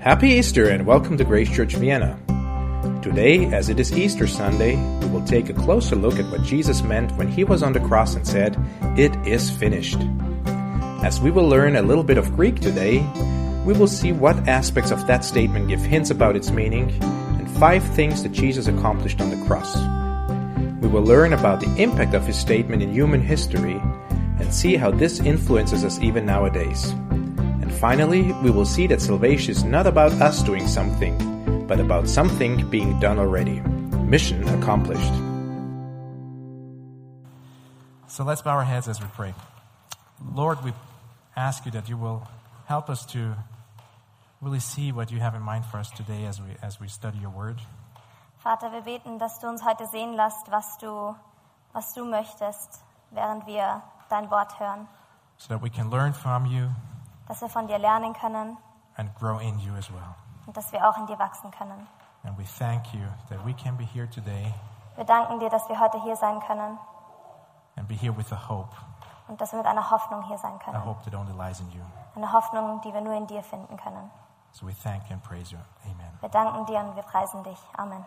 Happy Easter and welcome to Grace Church Vienna. Today, as it is Easter Sunday, we will take a closer look at what Jesus meant when he was on the cross and said, It is finished. As we will learn a little bit of Greek today, we will see what aspects of that statement give hints about its meaning and five things that Jesus accomplished on the cross. We will learn about the impact of his statement in human history and see how this influences us even nowadays. And finally, we will see that salvation is not about us doing something, but about something being done already. Mission accomplished. So let's bow our heads as we pray. Lord, we ask you that you will help us to really see what you have in mind for us today as we, as we study your word. Vater, wir beten, dass du uns heute sehen lässt, was du, was du möchtest, während wir dein Wort hören. so that we can learn from you Dass wir von dir lernen können and grow in you as well. und dass wir auch in dir wachsen können. And we thank you that we can be here today Wir danken dir, dass wir heute hier sein können and be here with a hope, und dass wir mit einer Hoffnung hier sein a können. hope that only lies in you. Eine Hoffnung, die wir nur in dir finden können. So we thank you and praise you. Amen. Wir danken dir und wir preisen dich. Amen.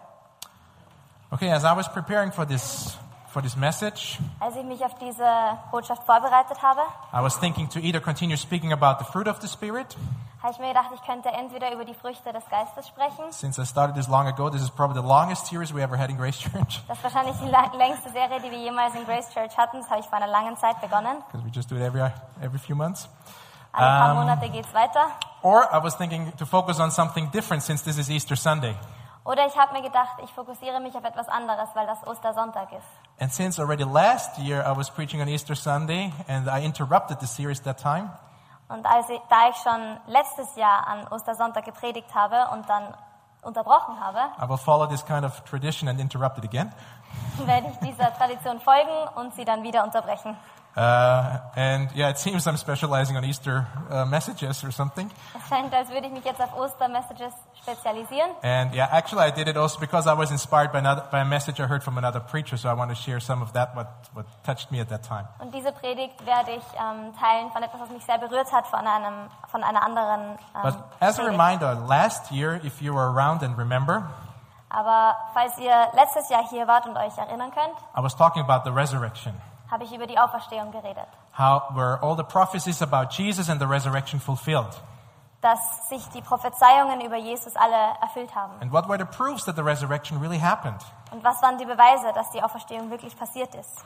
Okay, as I was preparing for this for this message, Als ich mich auf diese Botschaft vorbereitet habe, I was thinking to either continue speaking about the fruit of the spirit, habe ich mir gedacht, ich könnte entweder über die Früchte des Geistes sprechen, since I started this long ago, this is probably the longest series we ever had in Grace Church das ist wahrscheinlich die la- längste Serie, die wir jemals in Grace Church hatten, das habe ich vor einer langen Zeit begonnen. because we just do it every every few months. Alle paar Ähm. Monate geht's weiter. Or I was thinking to focus on something different since this is Easter Sunday. Oder ich habe mir gedacht, ich fokussiere mich auf etwas anderes, weil das Ostersonntag ist. And since already last year I was preaching on Easter Sunday and I interrupted the series that time, Und als ich, da ich schon letztes Jahr an Ostersonntag gepredigt habe und dann unterbrochen habe, I will follow this kind of tradition and interrupt it again. werde ich dieser Tradition folgen und sie dann wieder unterbrechen. Uh, and yeah, it seems I'm specializing on Easter uh, messages or something. Es scheint, als würde ich mich jetzt auf Ostermessages spezialisieren. And yeah, actually I did it also because I was inspired by, another, by a message I heard from another preacher, so I want to share some of that, what, what touched me at that time. Und diese Predigt werde ich ähm, teilen von etwas, was mich sehr berührt hat, von, einem, von einer anderen ähm, But as a Predigt. reminder, last year, if you were around and remember, Aber falls ihr letztes Jahr hier wart und euch erinnern könnt, I was talking about the resurrection. habe ich über die Auferstehung geredet. How were all the prophecies about Jesus and the resurrection fulfilled? dass sich die Prophezeiungen über Jesus alle erfüllt haben. And what were the proofs that the resurrection really happened? Und was waren die Beweise, dass die Auferstehung wirklich passiert ist?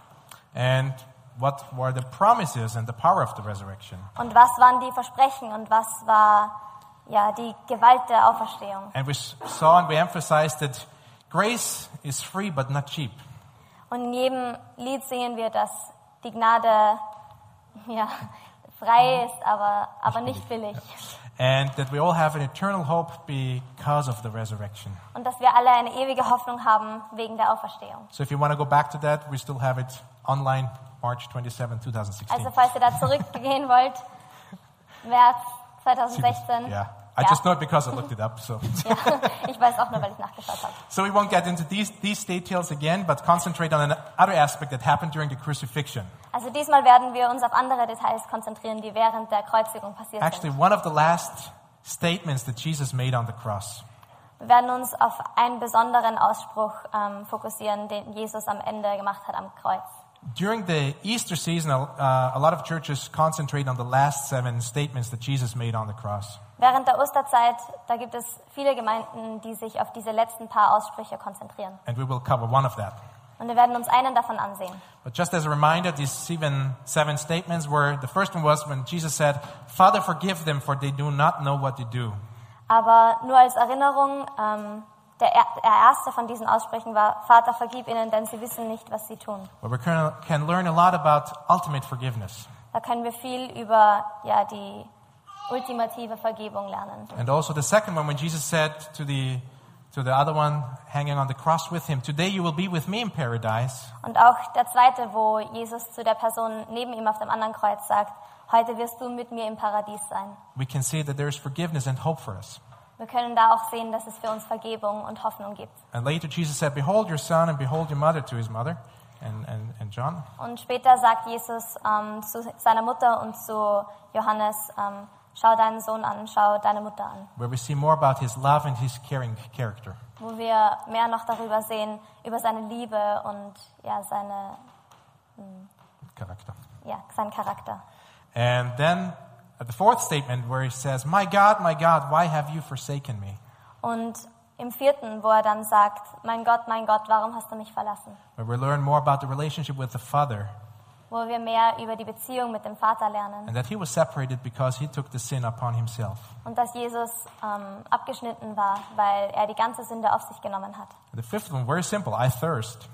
And what were the promises and the power of the resurrection? Und was waren die Versprechen und was war ja die Gewalt der Auferstehung? And we s- saw and we emphasized that grace is free but not cheap. Und in jedem Lied singen wir, dass die Gnade ja frei ist, aber aber nicht billig. And that we all have an eternal hope because of the resurrection. Und dass wir alle eine ewige Hoffnung haben wegen der Auferstehung. So if you want to go back to that, we still have it online March 27, 2016. Also falls ihr da zurückgehen wollt, März 2016. Yeah. I Ja. just know it because I looked it up. So, ja. Ich weiß auch nur, weil ich nachgeschaut habe. so we won't get into these, these details again, but concentrate on another aspect that happened during the crucifixion. Also diesmal werden wir uns auf andere Details konzentrieren, die während der Kreuzigung passiert Actually, sind. one of the last statements that Jesus made on the cross. Wir werden uns auf einen besonderen Ausspruch ähm, fokussieren, den Jesus am Ende gemacht hat am Kreuz. During the Easter season, uh, a lot of churches concentrate on the last seven statements that Jesus made on the cross. Während der Osterzeit, da gibt es viele Gemeinden, die sich auf diese letzten paar Aussprüche konzentrieren. And we will cover one of that. Und wir werden uns einen davon ansehen. But just as a reminder, these seven, seven statements were the first one was when Jesus said, Father, forgive them, for they do not know what they do. Aber nur als Erinnerung, ähm, der, er der erste von diesen Aussprüchen war, Vater, vergib ihnen, denn sie wissen nicht, was sie tun. But we can, can learn a lot about ultimate forgiveness Da können wir viel über ja, die ultimative Vergebung lernen. And also the second one, when Jesus said to the, to the other one hanging on the cross with him, Today you will be with me in paradise. Und auch der zweite, wo Jesus zu der Person neben ihm auf dem anderen Kreuz sagt, heute wirst du mit mir im Paradies sein. We can see that there is forgiveness and hope for us. Wir können da auch sehen, dass es für uns Vergebung und Hoffnung gibt. And later Jesus said, Behold your son and behold your mother to his mother and, and, and John. Und später sagt Jesus ähm, zu seiner Mutter und zu Johannes, ähm, Schau deinen Sohn an, schau deine Mutter an, where we see more about his love and his caring character. wo wir mehr noch darüber sehen, über seine Liebe und ja, seine, Charakter. ja, seinen Charakter. And then at the fourth statement where he says, My God, my God, why have you forsaken me? Und im vierten, wo er dann sagt, mein Gott, mein Gott, warum hast du mich verlassen? Where we learn more about the relationship with the Father Wo wir mehr über die Beziehung mit dem Vater lernen and that he was separated because he took the sin upon himself. und dass Jesus ähm, abgeschnitten war, weil er die ganze Sünde auf sich genommen hat. And the fifth one, very simple, I thirst.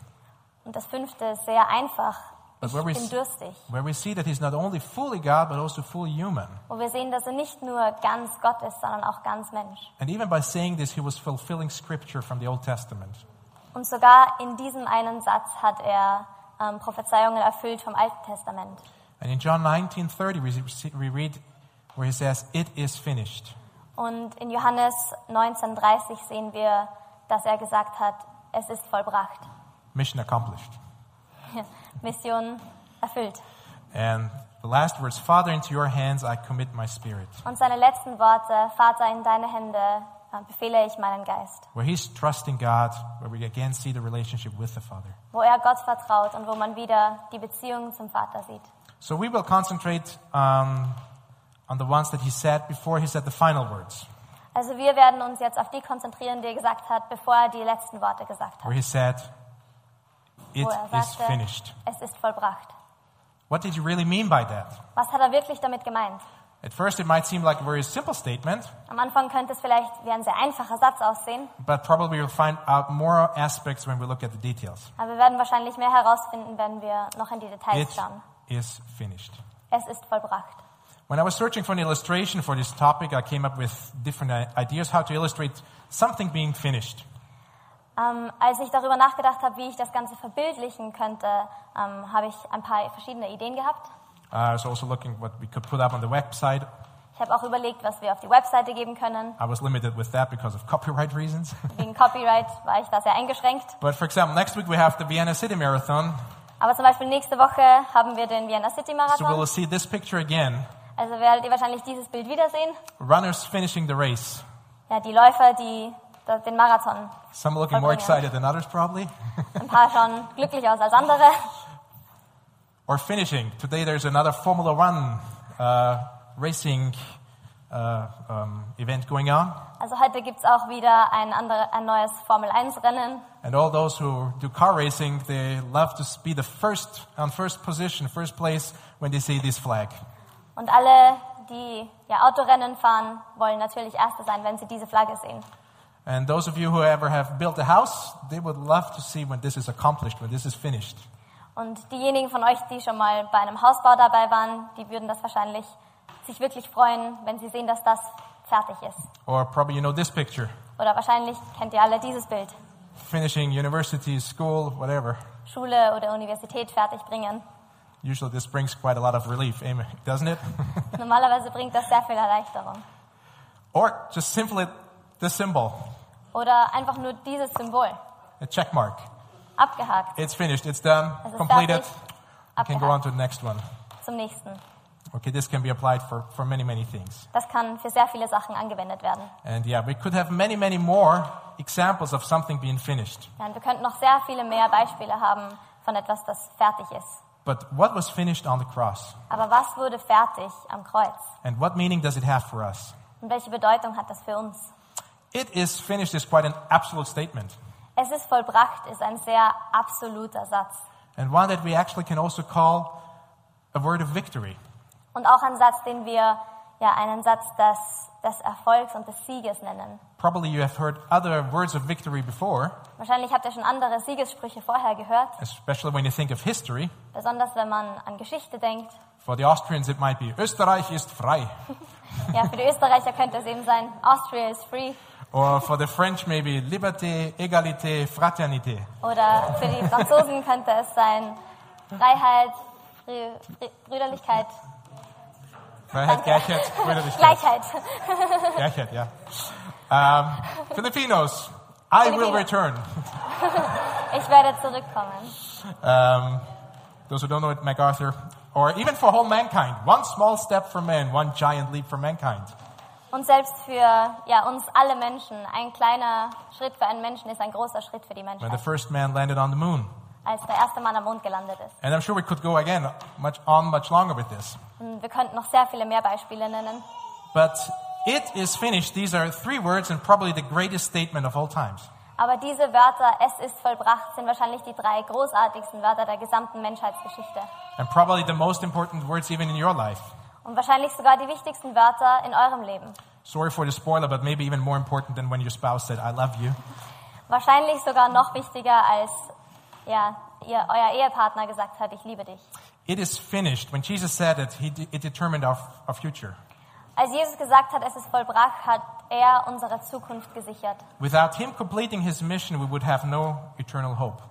Und das fünfte ist sehr einfach. But Ich where we bin s- durstig. Where we see that he's not only fully God, but also fully human. Wo wir sehen, dass er nicht nur ganz Gott ist, sondern auch ganz Mensch. And even by saying this, he was fulfilling scripture from the Old Testament. Und sogar in diesem einen Satz hat er ähm, Prophezeiungen erfüllt vom Alten Testament. And in John 19:30, we see- we read where he says, "It is finished." Und in Johannes 19,30 sehen wir, dass er gesagt hat, es ist vollbracht. Mission accomplished. Mission erfüllt. And the last words, Father, into your hands I commit my spirit. Und seine letzten Worte, Vater, in deine Hände äh, befehle ich meinen Geist. Where he's trusting God, where we again see the relationship with the Father. Wo er Gott vertraut und wo man wieder die Beziehung zum Vater sieht. So we will concentrate um, on the ones that he said before he said the final words, Also wir werden uns jetzt auf die konzentrieren, die er gesagt hat, bevor er die letzten Worte gesagt hat. where he said, It Wo er is sagte, finished. es ist vollbracht. What did you really mean by that? Was hat er wirklich damit gemeint? At first, it might seem like a very simple statement, Am Anfang könnte es vielleicht wie ein sehr einfacher Satz aussehen, but probably we'll find out more aspects when we look at the details. aber wir werden wahrscheinlich mehr herausfinden, wenn wir noch in die It Details schauen. is finished. Es ist vollbracht. When I was searching for an illustration for this topic, I came up with different i- ideas how to illustrate something being finished. Ähm, als ich darüber nachgedacht habe, wie ich das Ganze verbildlichen könnte, ähm, habe ich ein paar verschiedene Ideen gehabt. Uh, I was also looking what we could put up on the website. Ich habe auch überlegt, was wir auf die Webseite geben können. I was limited with that because of copyright reasons. Wegen Copyright war ich da sehr eingeschränkt. but for example, next week we have the Vienna City Marathon, Aber zum Beispiel nächste Woche haben wir den Vienna City so we'll Marathon. see this picture again. Also werdet ihr wahrscheinlich dieses Bild wiedersehen. Runners finishing the race. Ja, die Läufer, die das- den Marathon. Some looking more Okay. excited than others probably. Ein paar schauen glücklich aus als andere. or finishing. Today there's another Formula One uh, racing uh, um, event going on. Also heute gibt's auch wieder ein, andere, ein neues Formel-1-Rennen. And all those who do car racing, they love to be the first on first position, first place when they see this flag. Und alle, die ja, Autorennen fahren, wollen natürlich Erste sein, wenn sie diese Flagge sehen. And those of you who ever have built a house, they would love to see when this is accomplished, when this is finished. Und diejenigen von euch, die schon mal bei einem Hausbau dabei waren, die würden das wahrscheinlich sich wirklich freuen, wenn sie sehen, dass das fertig ist. Or probably you know this picture, Oder wahrscheinlich kennt ihr alle dieses Bild. finishing university, school, whatever. Schule oder Universität fertig bringen. Usually this brings quite a lot of relief, amen, doesn't it? Normalerweise bringt das sehr viel Erleichterung. or just simply the symbol, Oder einfach nur dieses Symbol. a check mark. Abgehakt. It's finished, it's done, Es ist completed. fertig. I can go on Abgehakt. to the next one. Zum nächsten. Okay, this can be applied for, for many, many things. Das kann für sehr viele Sachen angewendet werden. And yeah, we could have many, many more examples of something being finished. Ja, und wir könnten noch sehr viele mehr Beispiele haben von etwas, das fertig ist. But what was finished on the cross? Aber was wurde fertig am Kreuz? And what meaning does it have for us? Und welche Bedeutung hat das für uns? It is finished is quite an absolute statement, Es ist vollbracht ist ein sehr absoluter Satz. and one that we actually can also call a word of victory. Und auch ein Satz, den wir ja einen Satz des, des Erfolgs und des Sieges nennen. Probably you have heard other words of victory before, Wahrscheinlich habt ihr schon andere Siegessprüche vorher gehört, especially when you think of history. besonders wenn man an Geschichte denkt. For the Austrians, it might be Österreich ist frei, Ja, für die Österreicher könnte es eben sein, Austria is free. or for the French, maybe Liberté, Égalité, Fraternité. Oder für die Franzosen könnte es sein, Freiheit, Brü Brü Brüderlichkeit, Freiheit, Danke. Gleichheit, Brüderlichkeit. Gleichheit. Gleichheit, ja. Um, Filipinos, I will Filipino. return. Ich werde zurückkommen. Um, those who don't know it, MacArthur. or even for whole mankind. One small step for man, one giant leap for mankind. Und selbst für ja, uns alle Menschen, ein kleiner Schritt für einen Menschen ist ein großer Schritt für die When the Menschheit, first man landed on the moon. als der erste Mann am Mond gelandet ist. And I'm sure we could go again much, on much longer with this. Und wir könnten noch sehr viele mehr Beispiele nennen. But it is finished. These are three words and probably the greatest statement of all times. Aber diese Wörter, es ist vollbracht, sind wahrscheinlich die drei großartigsten Wörter der gesamten Menschheitsgeschichte. And probably the most important words even in your life. Und wahrscheinlich sogar die wichtigsten Wörter in eurem Leben. Sorry for the spoiler, but maybe even more important than when your spouse said, I love you. Wahrscheinlich sogar noch wichtiger als ja, ihr, euer Ehepartner gesagt hat, ich liebe dich. It is finished. When Jesus said it, he de- it determined our, f- our future. Als Jesus gesagt hat, es ist vollbracht, hat er unsere Zukunft gesichert. Without him completing his mission, we would have no eternal hope.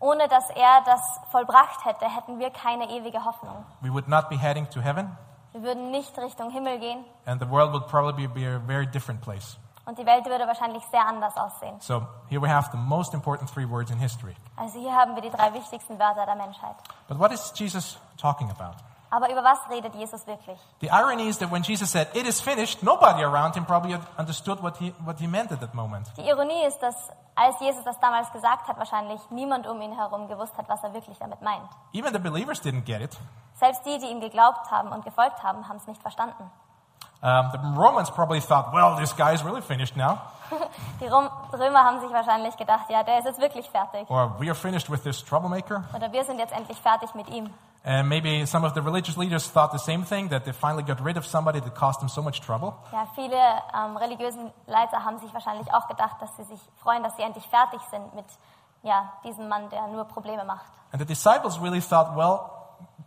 Ohne dass er das vollbracht hätte, hätten wir keine ewige Hoffnung. We would not be heading to heaven, Wir würden nicht Richtung Himmel gehen and the world would probably be a very different place. und die Welt würde wahrscheinlich sehr anders aussehen. So here we have the most important three words in history. Also hier haben wir die drei wichtigsten Wörter der Menschheit. But what is Jesus talking about? Aber über was redet Jesus wirklich? The irony is that when Jesus said, It is finished, nobody around him probably had understood what he, what he meant at that moment. Die Ironie ist, dass als Jesus das damals gesagt hat, wahrscheinlich niemand um ihn herum gewusst hat, was er wirklich damit meint. Even the believers didn't get it. Selbst die, die ihm geglaubt haben und gefolgt haben, haben es nicht verstanden. Um, the Romans probably thought, Well, this guy is really finished now, Die Rom Römer haben sich wahrscheinlich gedacht, ja, der ist jetzt wirklich fertig. or we are finished with this troublemaker. Oder wir sind jetzt endlich fertig mit ihm. And maybe some of the religious leaders thought the same thing that they finally got rid of somebody that caused them so much trouble. Ja, viele ähm, religiösen Leiter haben sich wahrscheinlich auch gedacht, dass sie sich freuen, dass sie endlich fertig sind mit ja, diesem Mann, der nur Probleme macht. And the disciples really thought, well,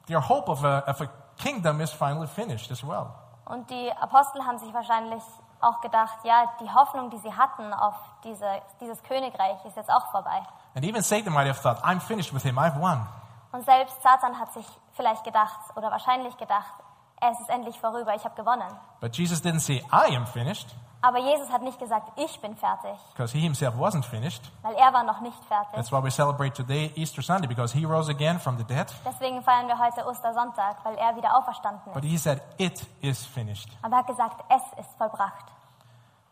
their hope of a, of a kingdom is finally finished as well. Und die Apostel haben sich wahrscheinlich auch gedacht, ja, die Hoffnung, die sie hatten auf diese, dieses Königreich, ist jetzt auch vorbei. And even Satan might have thought, I'm finished with him, I've won. Und selbst Satan hat sich vielleicht gedacht oder wahrscheinlich gedacht, es ist endlich vorüber, ich habe gewonnen. But Jesus didn't say, I am finished, Aber Jesus hat nicht gesagt, ich bin fertig, because he himself wasn't finished. weil er war noch nicht fertig. That's why we celebrate today Easter Sunday, because he rose again from the dead. Deswegen feiern wir heute Ostersonntag, weil er wieder auferstanden But ist. he said, It is finished. Aber er hat gesagt, es ist vollbracht.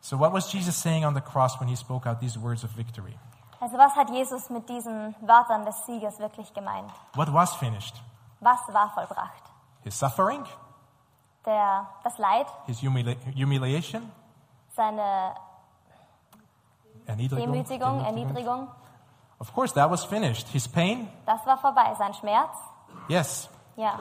So, what was Jesus saying on the cross when he spoke out these words of victory? Also was hat Jesus mit diesen Wörtern des Sieges wirklich gemeint? What was finished? Was war vollbracht? His suffering, Der, das Leid, his humili- humiliation, seine Erniedrigung, Demütigung, Demütigung. Erniedrigung, Of course, that was finished. His pain, das war vorbei. Sein Schmerz, yes, ja,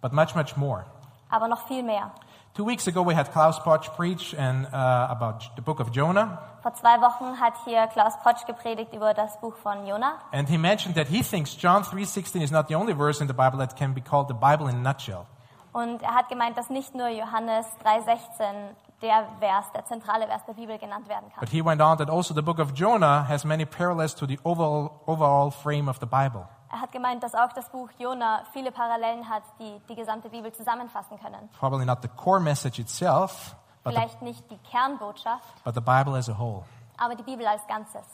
but much, much more. aber noch viel mehr. Two weeks ago, we had Klaus Potsch preach and uh, about J- the book of Jonah, Vor zwei Wochen hat hier Klaus Potsch gepredigt über das Buch von Jona. and he mentioned that he thinks John three sixteen is not the only verse in the Bible that can be called the Bible in a nutshell. Und er hat gemeint, dass nicht nur Johannes 3,16 der Vers, der zentrale Vers der Bibel genannt werden kann. But he went on that also the book of Jonah has many parallels to the overall, overall frame of the Bible. Er hat gemeint, dass auch das Buch Jona viele Parallelen hat, die die gesamte Bibel zusammenfassen können. Probably not the core message itself, but the, Vielleicht nicht die Kernbotschaft, but the Bible as a whole. aber die Bibel als Ganzes.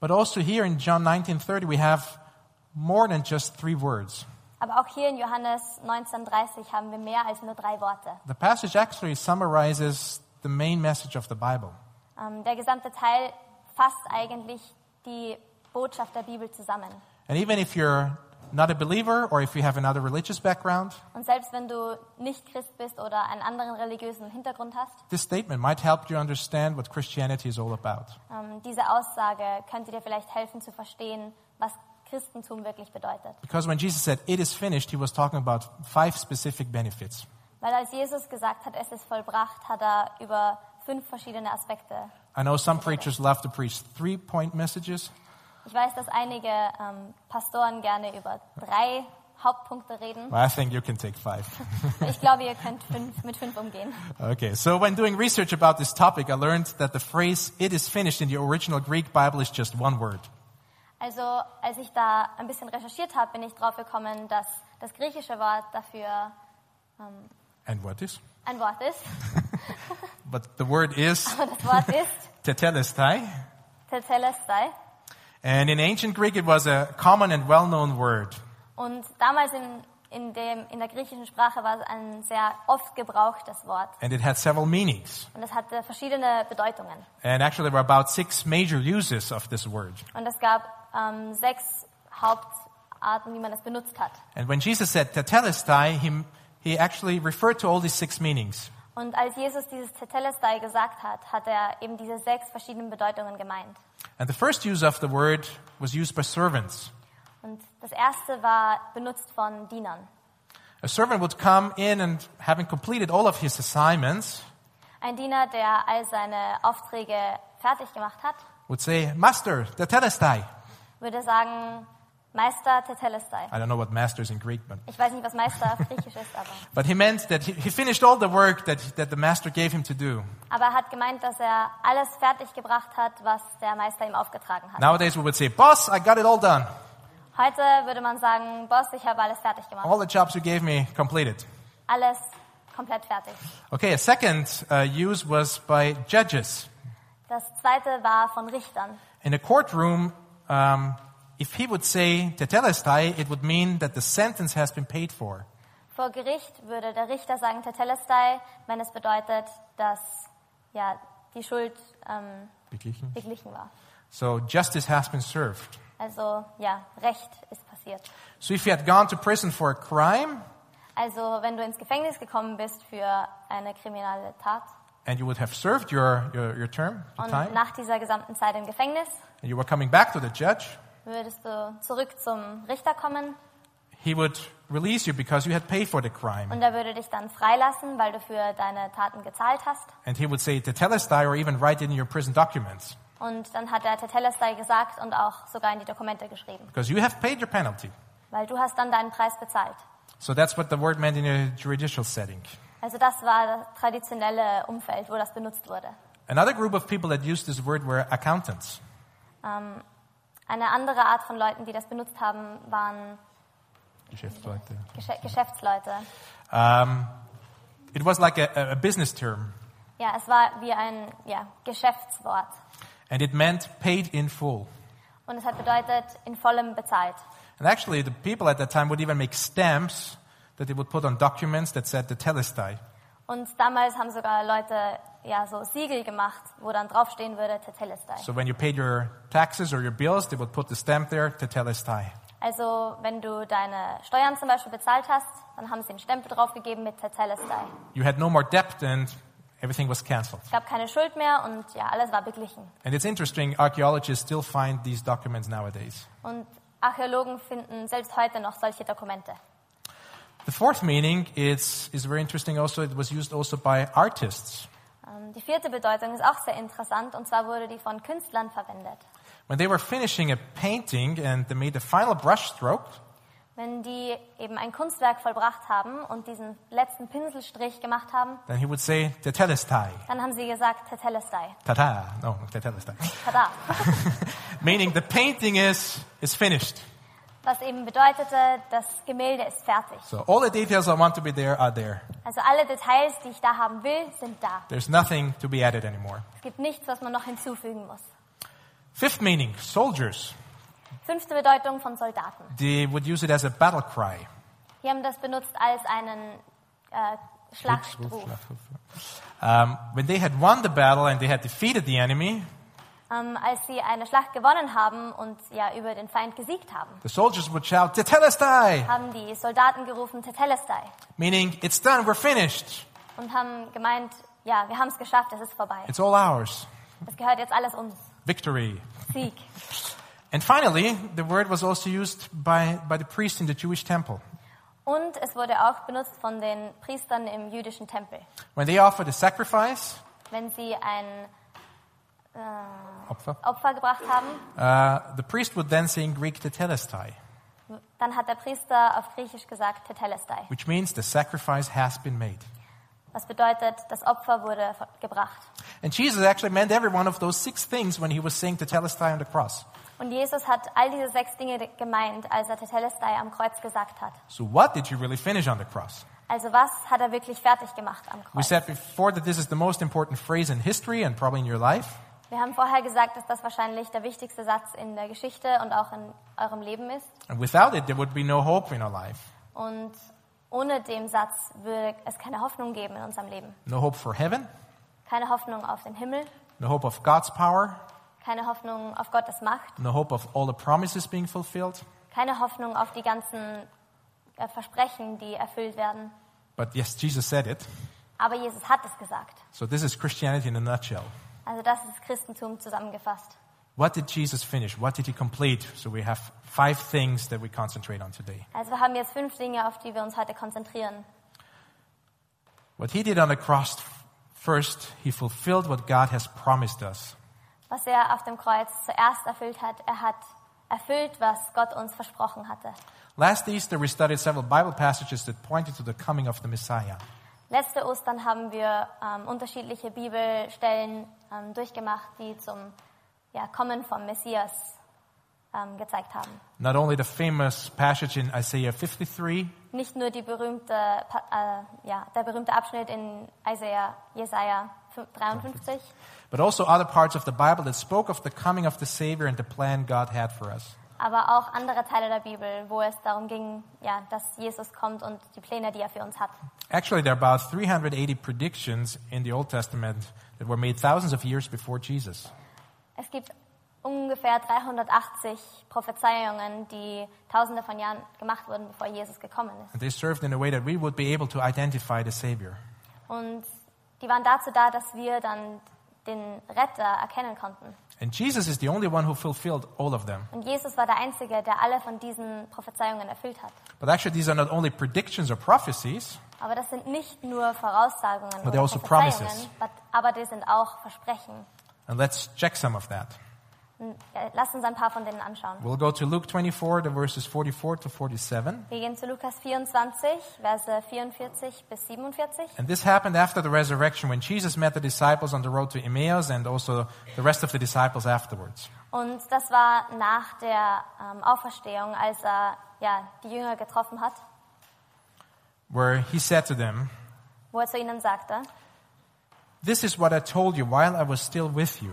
But also here in John 19:30 we have more than just three words. Aber auch hier in Johannes 19,30 haben wir mehr als nur drei Worte. The passage actually summarizes the main message of the Bible. Ähm, der gesamte Teil fasst eigentlich die Botschaft der Bibel zusammen. And even if you're not a believer or if you have another religious background, Und selbst wenn du nicht Christ bist oder einen anderen religiösen Hintergrund hast, this statement might help you understand what Christianity is all about. ähm, diese Aussage könnte dir vielleicht helfen zu verstehen, was Christentum wirklich bedeutet. Because when Jesus said, It is finished, he was talking about five specific benefits. Weil als Jesus gesagt hat, es ist vollbracht, hat er über fünf verschiedene Aspekte. I know some preachers love to preach three point messages, Ich weiß, dass einige ähm, Pastoren gerne über drei Hauptpunkte reden. but I think you can take five. Ich glaube, ihr könnt fünf, mit fünf umgehen. okay, so when doing research about this topic, I learned that the phrase it is finished in the original Greek Bible is just one word. Also, als ich da ein bisschen recherchiert habe, bin ich drauf gekommen, dass das griechische Wort dafür And what is? ein Wort ist. But the word is Und das Wort ist tetelestai. Tetelestai. And in ancient Greek, it was a common and well known word. Und damals im In, dem, in der griechischen Sprache war es ein sehr oft gebrauchtes Wort. and it had several meanings. Und es hatte verschiedene Bedeutungen. And actually, there were about six major uses of this word. Und es gab ähm, sechs Hauptarten, wie man es benutzt hat. And when Jesus said tetelestai, he, he actually referred to all these six meanings. Und als Jesus dieses Tetelestai gesagt hat, hat er eben diese sechs verschiedenen Bedeutungen gemeint. And the first use of the word was used by servants. Und das erste war benutzt von Dienern. A servant would come in and having completed all of his assignments, Ein Diener, der all seine Aufträge fertig gemacht hat, would say, Master, tetelestai. würde sagen, Meister Tetelestai. I don't know what master is in Greek, but, Ich weiß nicht, was Meister auf Griechisch ist, aber, but he meant that he, he finished all the work that, that the master gave him to do. aber er hat gemeint, dass er alles fertig gebracht hat, was der Meister ihm aufgetragen hat. Nowadays we would say, Boss, I got it all done. Heute würde man sagen, Boss, ich habe alles fertig gemacht. All the jobs you gave me completed. Alles komplett fertig. Okay, a second uh, use was by judges. Das zweite war von Richtern. In a courtroom, um, if he would say tetelestai, it would mean that the sentence has been paid for. Vor Gericht würde der Richter sagen Tetelestai, wenn es bedeutet, dass ja, die Schuld ähm, beglichen war. So justice has been served. Also ja, Recht ist passiert. So if he had gone to prison for a crime, Also wenn du ins Gefängnis gekommen bist für eine kriminelle Tat and you would have served your, your, your term, the und time, nach dieser gesamten Zeit im Gefängnis and you were coming back to the judge, würdest du zurück zum Richter kommen he would release you because you had paid for the crime. und er würde dich dann freilassen, weil du für deine Taten gezahlt hast. And he would say tetelestai or even write it in your prison documents Und dann hat er Tetelestai gesagt und auch sogar in die Dokumente geschrieben, because you have paid your penalty. weil du hast dann deinen Preis bezahlt. So that's what the word meant in a judicial setting. Also das war das traditionelle Umfeld, wo das benutzt wurde. Another group of people that used this word were accountants. Ähm, eine andere Art von Leuten, die das benutzt haben, waren Gesche Geschäftsleute. Um, it was like a, a business term, Ja, es war wie ein ja, Geschäftswort. and it meant paid in full. Und es hat bedeutet, in vollem bezahlt. And actually, the people at that time would even make stamps that they would put on documents that said the telestai. Und damals haben sogar Leute ja so Siegel gemacht, wo dann draufstehen würde Tetelestai. So when you paid your taxes or your bills, they would put the stamp there, the telestai. Also wenn du deine Steuern zum Beispiel bezahlt hast, dann haben sie einen Stempel draufgegeben mit Tetelestai. You had no more debt, and everything was cancelled. Es gab keine Schuld mehr und ja, alles war beglichen. And it's interesting, archaeologists still find these documents nowadays. Und Archäologen finden selbst heute noch solche Dokumente. The fourth meaning is, is very interesting also. It was used also by artists. Ähm, Die vierte Bedeutung ist auch sehr interessant und zwar wurde die von Künstlern verwendet. When they were finishing a painting and they made the final brush stroke, Wenn die eben ein Kunstwerk vollbracht haben und diesen letzten Pinselstrich gemacht haben, then he would say, Tetelestai. dann haben sie gesagt Tetelestai. Tata. No, Tetelestai. Tada. Meaning the painting is, is finished. Was eben bedeutete, das Gemälde ist fertig. So all the details I want to be there are there. Also alle Details, die ich da haben will, sind da. There's nothing to be added anymore. Es gibt nichts, was man noch hinzufügen muss. Fifth meaning, soldiers. Fünfte Bedeutung von Soldaten. They would use it as a battle cry. Die haben das benutzt als einen äh, Schlachtruf. Um, when they had won the battle and they had defeated the enemy, Ähm, als sie eine Schlacht gewonnen haben und ja über den Feind gesiegt haben, the soldiers would shout, Tetelestai! haben die Soldaten gerufen Tetelestai Meaning, it's done, we're finished. und haben gemeint, ja, wir haben es geschafft, es ist vorbei. It's all ours. Es gehört jetzt alles uns. Victory. Sieg. And finally, the word was also used by, by the priest in the Jewish temple. Und es wurde auch benutzt von den Priestern im jüdischen Tempel, When they offered a sacrifice, wenn sie ein Opfer, Opfer gebracht haben. uh, the priest would then say in Greek tetelestai, Dann hat der Priester auf Griechisch gesagt Tetelestai, which means the sacrifice has been made. was bedeutet, das Opfer wurde ver- gebracht. And Jesus actually meant every one of those six things when he was saying tetelestai on the cross. Und Jesus hat all diese sechs Dinge de- gemeint, als er Tetelestai am Kreuz gesagt hat. So what did you really finish on the cross? Also was hat er wirklich fertig gemacht am We Kreuz? said before that this is the most important phrase in history and probably in your life. Wir haben vorher gesagt, dass das wahrscheinlich der wichtigste Satz in der Geschichte und auch in eurem Leben ist. And without it, there would be no hope in our life. Und Ohne dem Satz würde es keine Hoffnung geben in unserem Leben. No hope for heaven, Keine Hoffnung auf den Himmel, no hope of God's power, keine Hoffnung auf Gottes Macht, no hope of all the promises being fulfilled. keine Hoffnung auf die ganzen äh, Versprechen, die erfüllt werden. But yes, Jesus said it. Aber Jesus hat es gesagt. So this is Christianity in a nutshell. Also das ist Christentum zusammengefasst. What did Jesus finish? What did he complete? So we have five things that we concentrate on today. Also wir haben jetzt fünf Dinge, auf die wir uns heute konzentrieren. What he did on the cross f- first, he fulfilled what God has promised us. Was er auf dem Kreuz zuerst erfüllt hat, er hat erfüllt, was Gott uns versprochen hatte. Last Easter, we studied several Bible passages that pointed to the coming of the Messiah. Letzte Ostern haben wir ähm, unterschiedliche Bibelstellen ähm, durchgemacht, die zum ja, Kommen vom Messias ähm, gezeigt haben. Not only the famous passage in Isaiah 53, Nicht nur die berühmte, Pa- äh, ja, der berühmte Abschnitt in Isaiah, Jesaja 53, but also other parts of the Bible that spoke of the coming of the Savior and the plan God had for us. aber auch andere Teile der Bibel, wo es darum ging, ja, dass Jesus kommt und die Pläne, die er für uns hat. Actually, there are about 380 predictions in the Old Testament that were made thousands of years before Jesus. Es gibt ungefähr 380 Prophezeiungen, die tausende von Jahren gemacht wurden, bevor Jesus gekommen ist. And they served in a way that we would be able to identify the Savior. Und die waren dazu da, dass wir dann den Retter erkennen konnten. And Jesus is the only one who fulfilled all of them. Und Jesus war der Einzige, der alle von diesen Prophezeiungen erfüllt hat. But actually, these are not only predictions or prophecies, Aber das sind nicht nur Voraussagungen they're oder also Prophezeiungen, promises. but, aber die sind auch Versprechen. and let's check some of that. Und, ja, Lasst uns ein paar von denen anschauen. We'll go to Luke 24, the verses 44 to 47. Wir gehen zu Lukas 24, Verse 44 bis 47. And this happened after the resurrection when Jesus met the disciples on the road to Emmaus and also the rest of the disciples afterwards. Und das war nach der ähm, Auferstehung, als er ja, die Jünger getroffen hat, Where he said to them, wo er zu ihnen sagte, This is what I told you while I was still with you.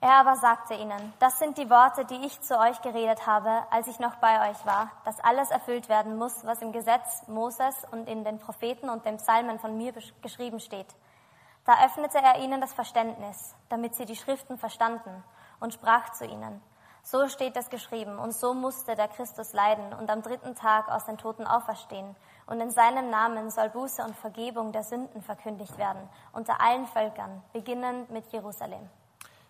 Er aber sagte ihnen, das sind die Worte, die ich zu euch geredet habe, als ich noch bei euch war, dass alles erfüllt werden muss, was im Gesetz Moses und in den Propheten und den Psalmen von mir besch- geschrieben steht. Da öffnete er ihnen das Verständnis, damit sie die Schriften verstanden, und sprach zu ihnen, so steht es geschrieben, und so musste der Christus leiden und am dritten Tag aus den Toten auferstehen, und in seinem Namen soll Buße und Vergebung der Sünden verkündigt werden, unter allen Völkern, beginnend mit Jerusalem.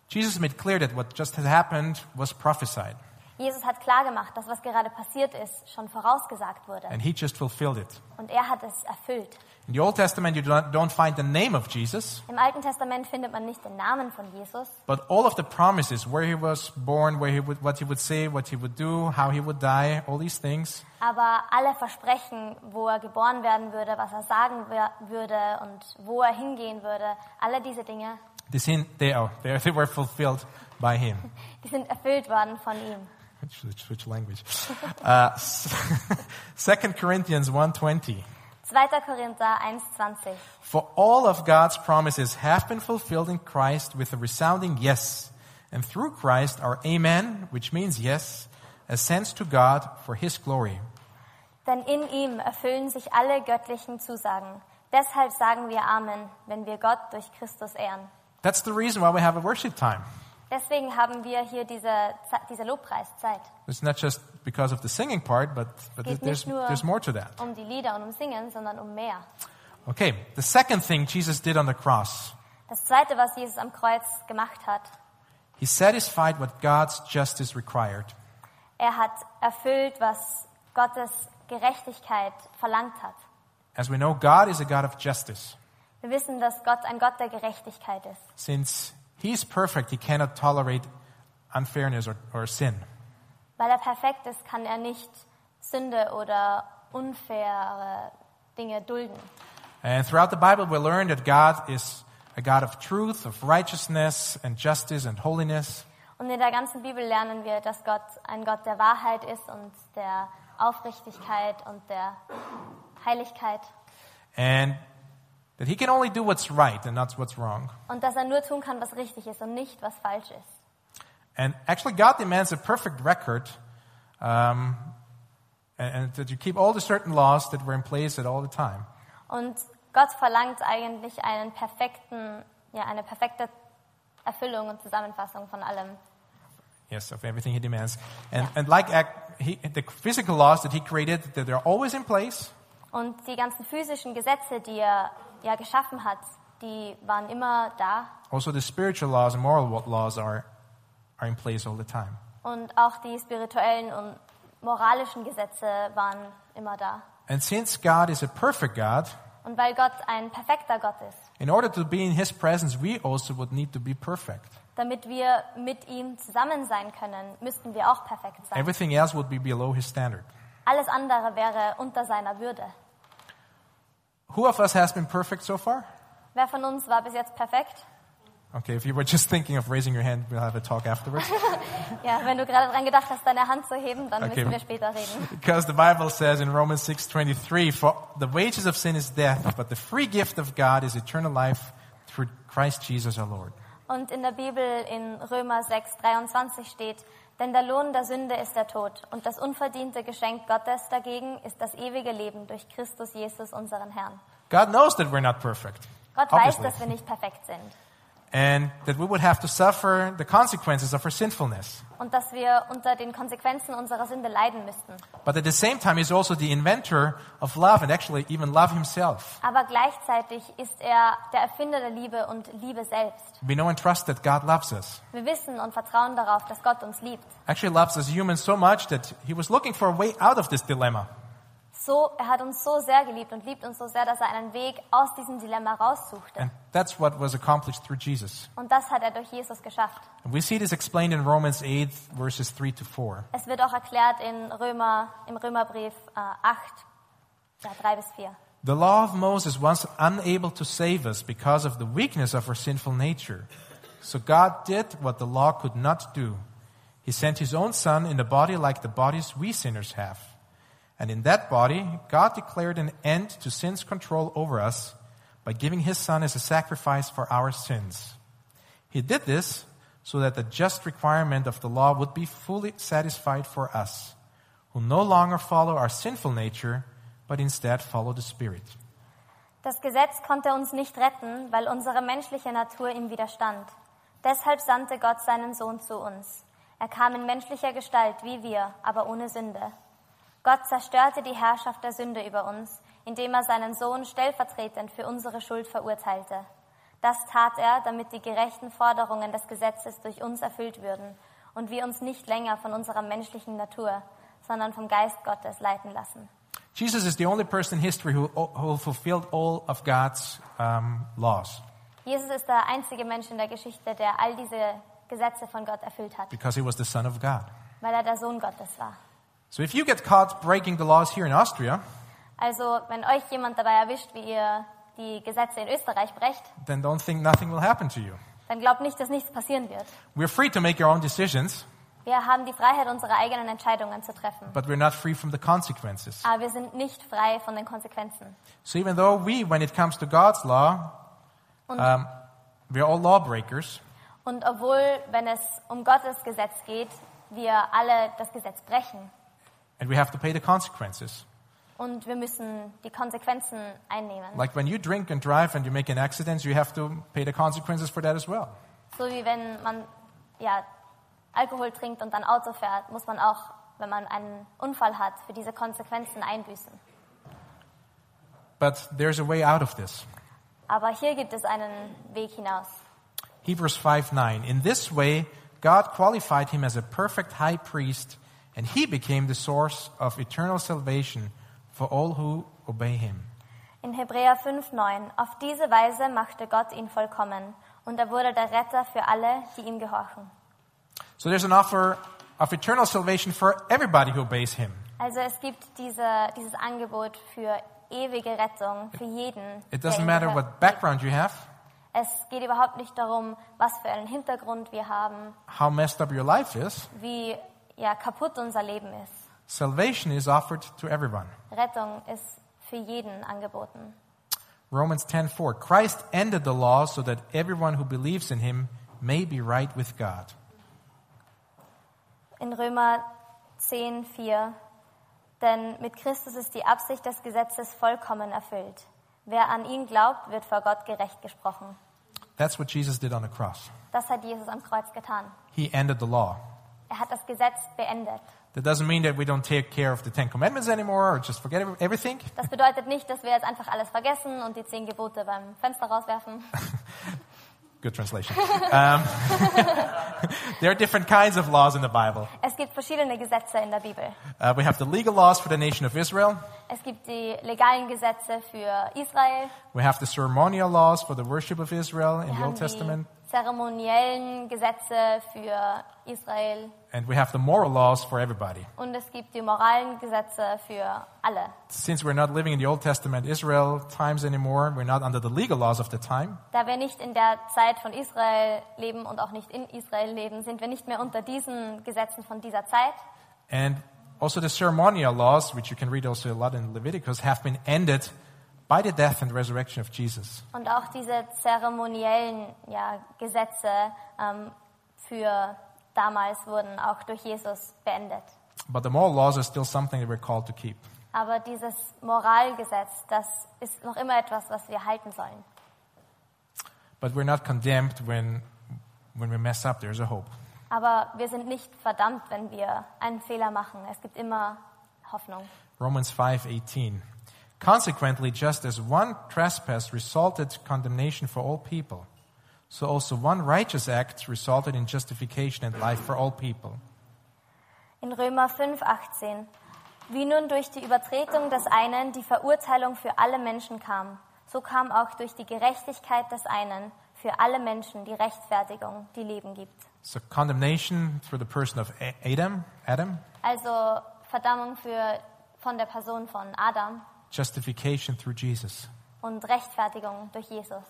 Jesus made clear that what just had happened was prophesied, Jesus hat klar gemacht, dass was gerade passiert ist, schon vorausgesagt wurde. and he just fulfilled it. Und er hat es erfüllt. In the Old Testament, you don't don't find the name of Jesus, Im Alten Testament findet man nicht den Namen von Jesus, but all of the promises where he was born, where he would, what he would say, what he would do, how he would die, all these things. aber alle Versprechen, wo er geboren werden würde, was er sagen wer- würde und wo er hingehen würde, alle diese Dinge, This hint, they, oh, they, they were fulfilled by him. die sind erfüllt worden von ihm. Which, which, which language? Uh, s- 2 Corinthians 1.20 2. Korinther 1,20. For all of God's promises have been fulfilled in Christ with a resounding yes. And through Christ, our Amen, which means yes, ascends to God for His glory. Denn in ihm erfüllen sich alle göttlichen Zusagen. Deshalb sagen wir Amen, wenn wir Gott durch Christus ehren. That's the reason why we have a worship time. Deswegen haben wir hier diese, Ze- diese Lobpreiszeit. It's not just because of the singing part, but, but Geht there's, nicht nur there's more to that. um die Lieder und um Singen, sondern um mehr. Okay, the second thing Jesus did on the cross, Das Zweite, was Jesus am Kreuz gemacht hat, He satisfied what God's justice required. er hat erfüllt, was Gottes Gerechtigkeit verlangt hat. As we know, God is a God of justice. Wir wissen, dass Gott ein Gott der Gerechtigkeit ist. Since He is perfect, He cannot tolerate unfairness or, or sin. Weil er perfekt ist, kann er nicht Sünde oder unfaire Dinge dulden. And throughout the Bible, we learn that God is a God of truth, of righteousness and justice and holiness. Und in der ganzen Bibel lernen wir, dass Gott ein Gott der Wahrheit ist und der Aufrichtigkeit und der Heiligkeit. And that he can only do what's right and not what's wrong. Und dass er nur tun kann, was richtig ist und nicht, was falsch ist. And actually, God demands a perfect record, um, and, and that you keep all the certain laws that were in place at all the time. Und Gott verlangt eigentlich einen perfekten, ja, eine perfekte Erfüllung und Zusammenfassung von allem. Yes, of everything He demands. And, and like act, he, the physical laws that He created, that they're always in place, Und die ganzen physischen Gesetze, die er ja geschaffen hat, die waren immer da. also the spiritual laws and moral wa- laws are, are in place all the time. Und auch die spirituellen und moralischen Gesetze waren immer da. And since God is a perfect God, Und weil Gott ein perfekter Gott ist, in order to be in His presence, we also would need to be perfect. damit wir mit ihm zusammen sein können, müssten wir auch perfekt sein. Everything else would be below His standard. Alles andere wäre unter seiner Würde. Who of us has been perfect so far? Wer von uns war bis jetzt perfekt? Okay, if you were just thinking of raising your hand, we'll have a talk afterwards. Ja, wenn du gerade dran gedacht hast, deine Hand zu heben, dann Okay. müssen wir später reden. because the Bible says in Romans 6:23, "For the wages of sin is death, but the free gift of God is eternal life through Christ Jesus our Lord." Und in der Bibel in Römer 6, 23 steht, denn der Lohn der Sünde ist der Tod und das unverdiente Geschenk Gottes dagegen ist das ewige Leben durch Christus Jesus, unseren Herrn. God knows that we're not perfect. Gott weiß, obviously, dass wir nicht perfekt sind and that we would have to suffer the consequences of our sinfulness. und dass wir unter den Konsequenzen unserer Sünde leiden müssten. But at the same time, he's also the inventor of love and actually even love himself. Aber gleichzeitig ist er der Erfinder der Liebe und Liebe selbst. We know and trust that God loves us. Wir wissen und vertrauen darauf, dass Gott uns liebt. Actually loves us humans so much that he was looking for a way out of this dilemma. So, er hat uns so sehr geliebt und liebt uns so sehr, dass er einen Weg aus diesem Dilemma raussuchte. And that's what was accomplished through Jesus. Und das hat er durch Jesus geschafft. And we see this explained in Romans 8, verses 3 to 4. Es wird auch erklärt in Römer, im Römerbrief äh, 8, ja, 3 bis 4. The law of Moses was unable to save us because of the weakness of our sinful nature. So God did what the law could not do. He sent his own son in a body like the bodies we sinners have. And in that body, God declared an end to sin's control over us by giving his son as a sacrifice for our sins. He did this so that the just requirement of the law would be fully satisfied for us, who no longer follow our sinful nature, but instead follow the Spirit. Das Gesetz konnte uns nicht retten, weil unsere menschliche Natur ihm widerstand. Deshalb sandte Gott seinen Sohn zu uns. Er kam in menschlicher Gestalt wie wir, aber ohne Sünde. Gott zerstörte die Herrschaft der Sünde über uns, indem er seinen Sohn stellvertretend für unsere Schuld verurteilte. Das tat er, damit die gerechten Forderungen des Gesetzes durch uns erfüllt würden und wir uns nicht länger von unserer menschlichen Natur, sondern vom Geist Gottes leiten lassen. Jesus is the only person in history who, who fulfilled all of God's um, laws Jesus ist der einzige Mensch in der Geschichte, der all diese Gesetze von Gott erfüllt hat, because he was the Son of God. weil er der Sohn Gottes war. So if you get caught breaking the laws here in Austria, Also, wenn euch jemand dabei erwischt, wie ihr die Gesetze in Österreich brecht, then don't think nothing will happen to you. dann glaubt nicht, dass nichts passieren wird. We're free to make our own decisions, Wir haben die Freiheit, unsere eigenen Entscheidungen zu treffen. but we're not free from the consequences. Aber wir sind nicht frei von den Konsequenzen. So even though we, when it comes to God's law, Und- um, we're all lawbreakers, Und obwohl, wenn es um Gottes Gesetz geht, wir alle das Gesetz brechen and we have to pay the consequences. und wir müssen die Konsequenzen einnehmen. Like when you drink and drive and you make an accident, you have to pay the consequences for that as well. So wie wenn man ja, Alkohol trinkt und dann Auto fährt, muss man auch, wenn man einen Unfall hat, für diese Konsequenzen einbüßen. But there's a way out of this. Aber hier gibt es einen Weg hinaus. Hebrews 5 9. In this way, God qualified him as a perfect high priest, and he became the source of eternal salvation for all who obey him. In Hebräer 5,9 Auf diese Weise machte Gott ihn vollkommen und er wurde der Retter für alle, die ihm gehorchen. So there's an offer of eternal salvation for everybody who obeys him. Also es gibt diese, dieses Angebot für ewige Rettung für jeden. It der doesn't ihm matter gehört. what background you have, Es geht überhaupt nicht darum, was für einen Hintergrund wir haben, how messed up your life is. wie ja, kaputt unser Leben ist. Salvation is offered to everyone. Rettung ist für jeden angeboten. Romans 10:4 Christ ended the law so that everyone who believes in him may be right with God. In Römer 10, 4. Denn mit Christus ist die Absicht des Gesetzes vollkommen erfüllt. Wer an ihn glaubt, wird vor Gott gerecht gesprochen. That's what Jesus did on the cross. Das hat Jesus am Kreuz getan. He ended the law. Er hat das Gesetz beendet. That doesn't mean that we don't take care of the 10 commandments anymore or just forget ev- everything. Das bedeutet nicht, dass wir jetzt einfach alles vergessen und die zehn Gebote beim Fenster rauswerfen. Good translation. um, there are different kinds of laws in the Bible. Es gibt verschiedene Gesetze in der Bibel. Uh, we have the legal laws for the nation of Israel. Es gibt die legalen Gesetze für Israel. We have the ceremonial laws for the worship of Israel in Wir the haben Old Testament. die zeremoniellen Gesetze für Israel. And we have the moral laws for everybody. Und es gibt die moralen Gesetze für alle. Since we're not living in the Old Testament Israel times anymore, we're not under the legal laws of the time. Da wir nicht in der Zeit von Israel leben und auch nicht in Israel leben, sind wir nicht mehr unter diesen Gesetzen von dieser Zeit. And also the ceremonial laws, which you can read also a lot in Leviticus, have been ended by the death and resurrection of Jesus. Und auch diese zeremoniellen ja, Gesetze ähm, für damals wurden auch durch Jesus beendet. But the moral laws are still something that we're called to keep. Aber dieses Moralgesetz, das ist noch immer etwas, was wir halten sollen. But we're not condemned when, when we mess up. There's a hope. Aber wir sind nicht verdammt, wenn wir einen Fehler machen. Es gibt immer Hoffnung. Romans 5:18. Consequently, just as one trespass resulted condemnation for all people, so also one righteous act resulted in justification and life for all people. In Römer 5, 18. Wie nun durch die Übertretung des einen die Verurteilung für alle Menschen kam, so kam auch durch die Gerechtigkeit des einen für alle Menschen die Rechtfertigung, die Leben gibt. So condemnation through the person of A- Adam, Adam, Also Verdammung für, von der Person von Adam justification through Jesus. und Rechtfertigung durch Jesus,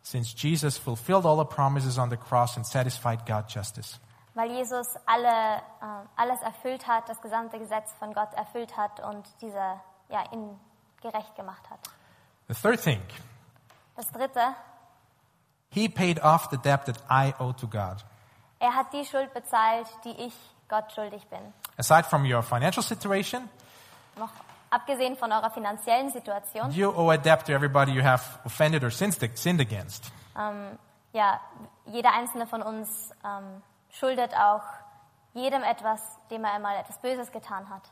Since Jesus fulfilled all the promises on the cross and satisfied God's justice. weil Jesus alle, äh, alles erfüllt hat, das gesamte Gesetz von Gott erfüllt hat und diese ja, ihn gerecht gemacht hat. The third thing, Das Dritte, he paid off the debt that I owe to God. er hat die Schuld bezahlt, die ich Gott schuldig bin. Aside from your financial situation, Noch abgesehen von eurer finanziellen Situation, You owe a debt to everybody you have offended or sinned sinned against. ähm, ja, jeder einzelne von uns ähm, schuldet auch jedem etwas, dem er einmal etwas Böses getan hat.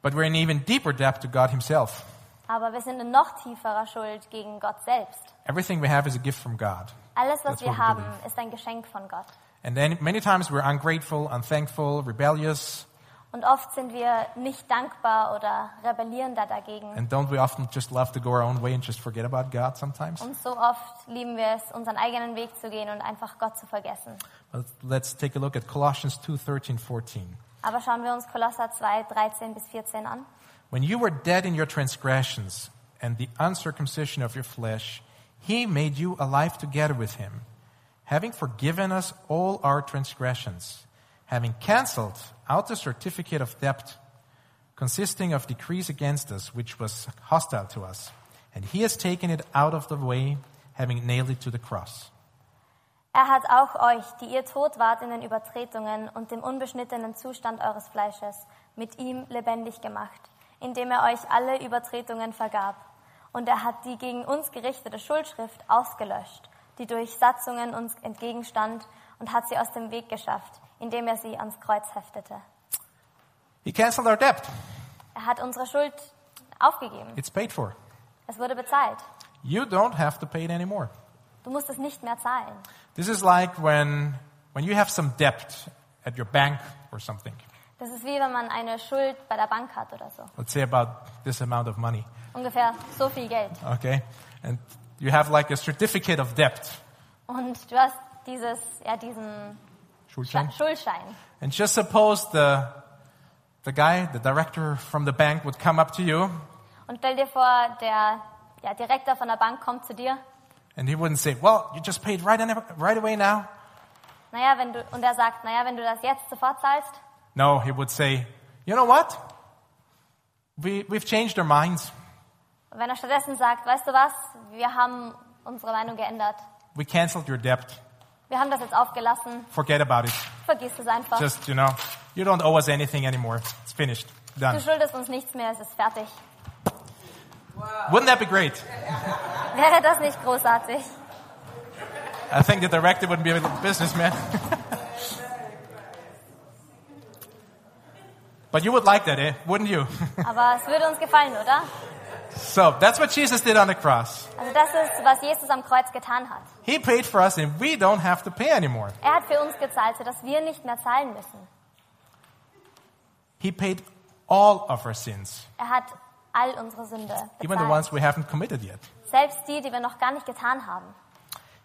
But we're in even deeper debt to God Himself. Aber wir sind in noch tieferer Schuld gegen Gott selbst. Everything we have is a gift from God. Alles, was That's wir what we haben, believe. ist ein Geschenk von Gott. And then many times we're ungrateful, unthankful, rebellious, Und oft sind wir nicht dankbar oder rebellieren da dagegen. and don't we often just love to go our own way and just forget about God sometimes? Und so oft lieben wir es, unseren eigenen Weg zu gehen und einfach Gott zu vergessen. But let's take a look at Colossians 2, 13, 14. Aber schauen wir uns Kolosser 2, 13 bis 14 an. When you were dead in your transgressions and the uncircumcision of your flesh, he made you alive together with him, having forgiven us all our transgressions, having cancelled out the certificate of debt consisting of decrees against us, which was hostile to us, and he has taken it out of the way, having nailed it to the cross. Er hat auch euch, die ihr tot wart in den Übertretungen und dem unbeschnittenen Zustand eures Fleisches, mit ihm lebendig gemacht, indem er euch alle Übertretungen vergab. Und er hat die gegen uns gerichtete Schuldschrift ausgelöscht, die durch Satzungen uns entgegenstand, und hat sie aus dem Weg geschafft, indem er sie ans Kreuz heftete. He cancelled our debt. Er hat unsere Schuld aufgegeben. It's paid for. Es wurde bezahlt. You don't have to pay it anymore. Du musst es nicht mehr zahlen. This is like when, when you have some debt at your bank or something. Das ist wie wenn man eine Schuld bei der Bank hat oder so. Let's say about this amount of money, Ungefähr so viel Geld. okay? And you have like a certificate of debt, Und du hast dieses, ja, diesen Scha- Schuldschein. Schuldschein. And just suppose the, the guy, the director from the bank would come up to you Und stell dir vor, der ja, Direktor von der Bank kommt zu dir And he wouldn't say, well, you just paid right, in, right away now. Naja, wenn du, und er sagt, naja, wenn du das jetzt sofort zahlst, No, he would say, you know what? We, we've changed our minds. wenn er stattdessen sagt, weißt du was, wir haben unsere Meinung geändert. We canceled your debt. Wir haben das jetzt aufgelassen, Forget about it. vergiss es einfach. Just, you know, you don't owe us anything anymore. It's finished. Du Done. schuldest uns nichts mehr, es ist fertig. Wouldn't that be great? Wäre das nicht großartig? I think the director would be a businessman. but you would like that, eh? Wouldn't you? Aber es würde uns gefallen, oder? so that's what Jesus did on the cross. Also das ist, was Jesus am Kreuz getan hat. He paid for us and we don't have to pay anymore. Er hat für uns gezahlt, sodass wir nicht mehr zahlen müssen. He paid all of our sins, Er hat all unsere Sünde even the bezahlt. ones we haven't committed yet. Selbst die, die wir noch gar nicht getan haben.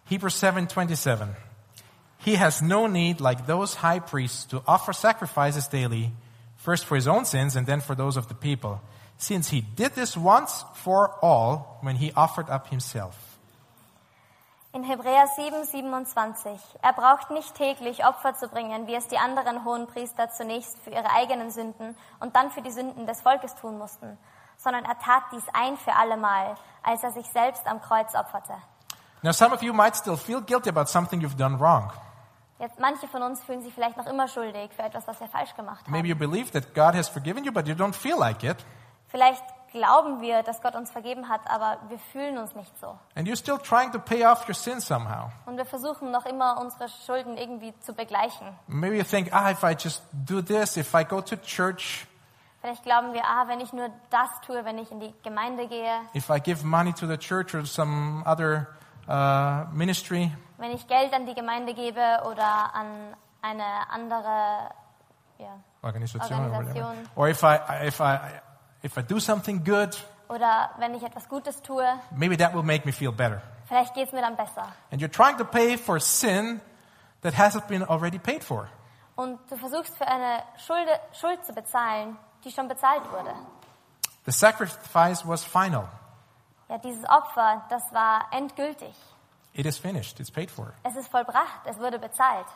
Hebrews 7:27. He has no need like those high priests to offer sacrifices daily, first for his own sins and then for those of the people, since he did this once for all when he offered up himself. In Hebräer 7, 27. Er braucht nicht täglich Opfer zu bringen, wie es die anderen Hohenpriester zunächst für ihre eigenen Sünden und dann für die Sünden des Volkes tun mussten, sondern er tat dies ein für allemal, als er sich selbst am Kreuz opferte. Now some of you might still feel guilty about something you've done wrong. Jetzt, manche von uns fühlen sich vielleicht noch immer schuldig für etwas, was wir falsch gemacht haben. Maybe you believe that God has forgiven you but you don't feel like it Vielleicht glauben wir, dass Gott uns vergeben hat, aber wir fühlen uns nicht so. and you're still trying to pay off your sin somehow. Und wir versuchen noch immer, unsere Schulden irgendwie zu begleichen. Maybe you think, "Ah, if I just do this, if I go to church, Vielleicht glauben wir, ah, wenn ich nur das tue, wenn ich in die Gemeinde gehe, if I give money to the church or some other uh, ministry, wenn ich Geld an die Gemeinde gebe oder an eine andere, ja, Organisation, or whatever. Organisation. Or if I, if I, if I do something good, oder wenn ich etwas Gutes tue, maybe that will make me feel better. vielleicht geht's mir dann besser. And you're trying to pay for sin that hasn't been already paid for. Und du versuchst für eine Schulde, Schuld zu bezahlen, die schon bezahlt wurde. The sacrifice was final. Ja, dieses Opfer, das war endgültig. It is finished. It's paid for. Es ist vollbracht, es wurde bezahlt.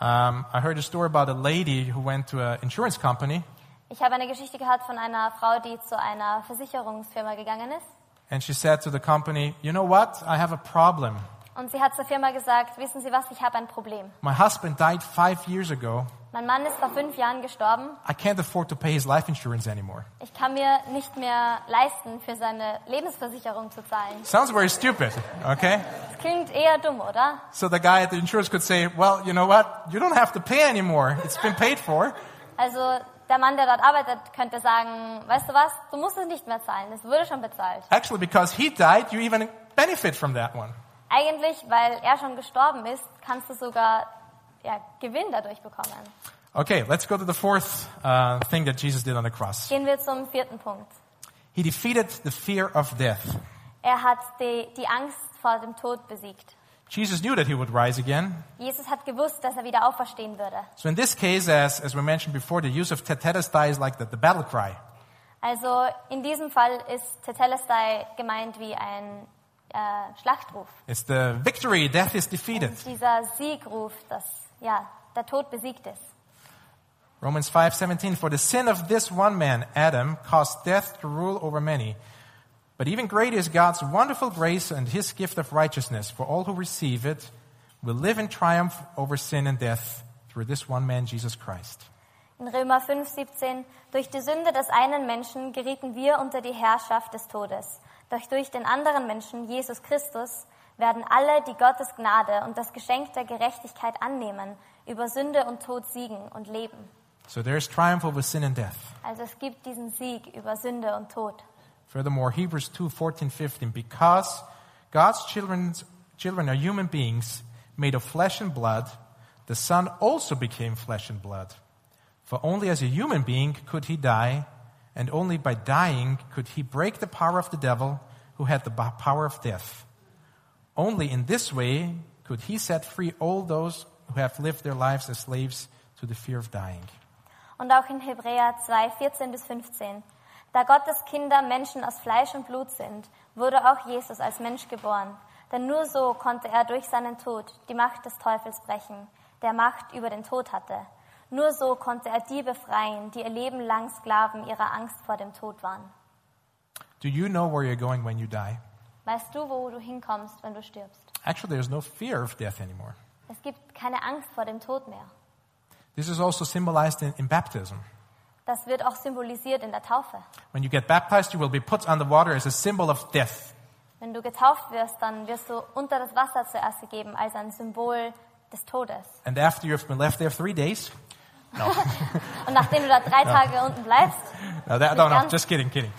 Um, I heard a story about a lady who went to an insurance company Ich habe eine Geschichte gehört von einer Frau, die zu einer Versicherungsfirma gegangen ist. and she said to the company, "You know what? I have a problem. Und sie hat zur Firma gesagt, wissen Sie was, ich habe ein Problem. My husband died five years ago. Mein Mann ist vor fünf Jahren gestorben. I can't afford to pay his life insurance anymore." Ich kann mir nicht mehr leisten, für seine Lebensversicherung zu zahlen. Sounds very stupid. Okay. Das klingt eher dumm, oder? So the guy at the insurance could say, well, you know what? You don't have to pay anymore. It's been paid for. Also der Mann, der dort arbeitet, könnte sagen, weißt du was, du musst es nicht mehr zahlen, es wurde schon bezahlt. Actually, because he died, you even benefit from that one. Eigentlich, weil er schon gestorben ist, kannst du sogar ja, Gewinn dadurch bekommen. Okay, let's go to the fourth uh, thing that Jesus did on the cross. Gehen wir zum vierten Punkt. He defeated the fear of death. Er hat die, die Angst vor dem Tod besiegt. Jesus knew that he would rise again. Jesus hat gewusst, dass er wieder auferstehen würde. So in this case, as, as we mentioned before, the use of tetelestai is like the, the battle cry. Also in diesem Fall ist Tetelestai gemeint wie ein äh, Schlachtruf. It's the victory, death is defeated. Und dieser Siegruf, dass ja, der Tod besiegt ist. Romans 5:17 For the sin of this one man Adam caused death to rule over many but even greater is God's wonderful grace and his gift of righteousness for all who receive it will live in triumph over sin and death through this one man Jesus Christ. In Römer 5, 17, durch die Sünde des einen Menschen gerieten wir unter die Herrschaft des Todes. Doch durch den anderen Menschen, Jesus Christus, werden alle, die Gottes Gnade und das Geschenk der Gerechtigkeit annehmen, über Sünde und Tod siegen und leben. So there is triumph over sin and death. Also es gibt diesen Sieg über Sünde und Tod. Furthermore Hebrews 2:14 15 because God's children's, children are human beings made of flesh and blood the son also became flesh and blood For only as a human being could he die, and only by dying could he break the power of the devil who had the bo- power of death. Only in this way could he set free all those who have lived their lives as slaves to the fear of dying. Und auch in Hebräer 2, 14 bis 15. Da Gottes Kinder Menschen aus Fleisch und Blut sind, wurde auch Jesus als Mensch geboren. Denn nur so konnte er durch seinen Tod die Macht des Teufels brechen, der Macht über den Tod hatte. Nur so konnte er die befreien, die ihr Leben lang Sklaven ihrer Angst vor dem Tod waren. Do you know where you're going when you die? Weißt du, wo du hinkommst, wenn du stirbst? Actually, there's no fear of death anymore. Es gibt keine Angst vor dem Tod mehr. This is also symbolized in, in baptism. Das wird auch symbolisiert in der Taufe. When you get baptized, you will be put on the water as a symbol of death. Wenn du getauft wirst, dann wirst du unter das Wasser zuerst gegeben als ein Symbol des Todes. And after you've been left there three days, Und nachdem du da drei Tage unten bleibst, no, that, no, no, just kidding, kidding.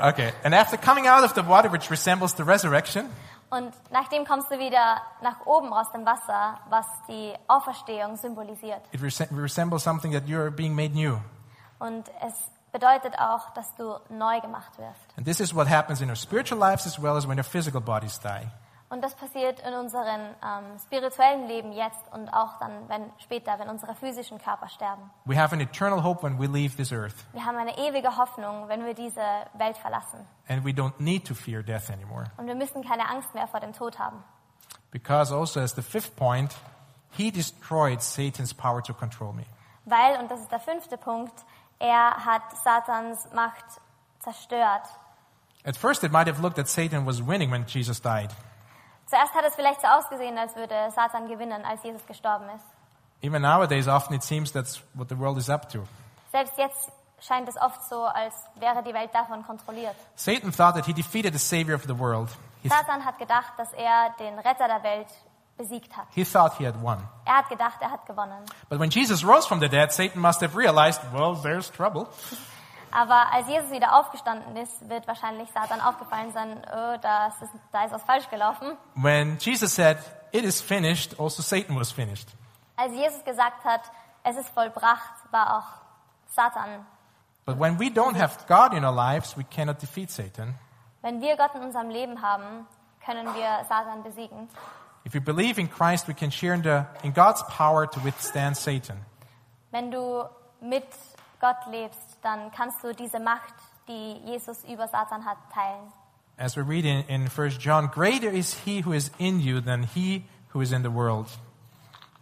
Okay, and after coming out of the water, which resembles the resurrection, und nachdem kommst du wieder nach oben aus dem Wasser, was die Auferstehung symbolisiert. it rese- resembles something that you're being made new. Und es bedeutet auch, dass du neu gemacht wirst. And this is what happens in our spiritual lives as well as when our physical bodies die. Und das passiert in unserem ähm, spirituellen Leben jetzt und auch dann, wenn später, wenn unsere physischen Körper sterben. We have an eternal hope when we leave this earth, Wir haben eine ewige Hoffnung, wenn wir diese Welt verlassen. and we don't need to fear death anymore. Und wir müssen keine Angst mehr vor dem Tod haben. Because also, as the fifth point, he destroyed Satan's power to control me. Weil, und das ist der fünfte Punkt, er hat Satans Macht zerstört. At first, it might have looked that Satan was winning when Jesus died. Zuerst hat es vielleicht so ausgesehen, als würde Satan gewinnen, als Jesus gestorben ist. Even nowadays, often it seems that's what the world is up to. Selbst jetzt scheint es oft so, als wäre die Welt davon kontrolliert. Satan thought that he defeated the savior of the world. He, Satan hat gedacht, dass er den Retter der Welt besiegt hat. he thought he had won. Er hat gedacht, er hat gewonnen. But when Jesus rose from the dead, Satan must have realized, well, there's trouble. Aber als Jesus wieder aufgestanden ist, wird wahrscheinlich Satan aufgefallen sein, oh, das ist, da ist was falsch gelaufen. When Jesus said, it is finished, also Satan was finished. Als Jesus gesagt hat, es ist vollbracht, war auch Satan. But when we don't have God in our lives, we cannot defeat Satan. Wenn wir Gott in unserem Leben haben, können wir Satan besiegen. If we believe in Christ, we can share in, the, in God's power to withstand Satan. Wenn du mit Gott lebst, dann kannst du diese Macht, die Jesus über Satan hat, teilen. As we read in, in 1 John, greater is he who is in you than he who is in the world.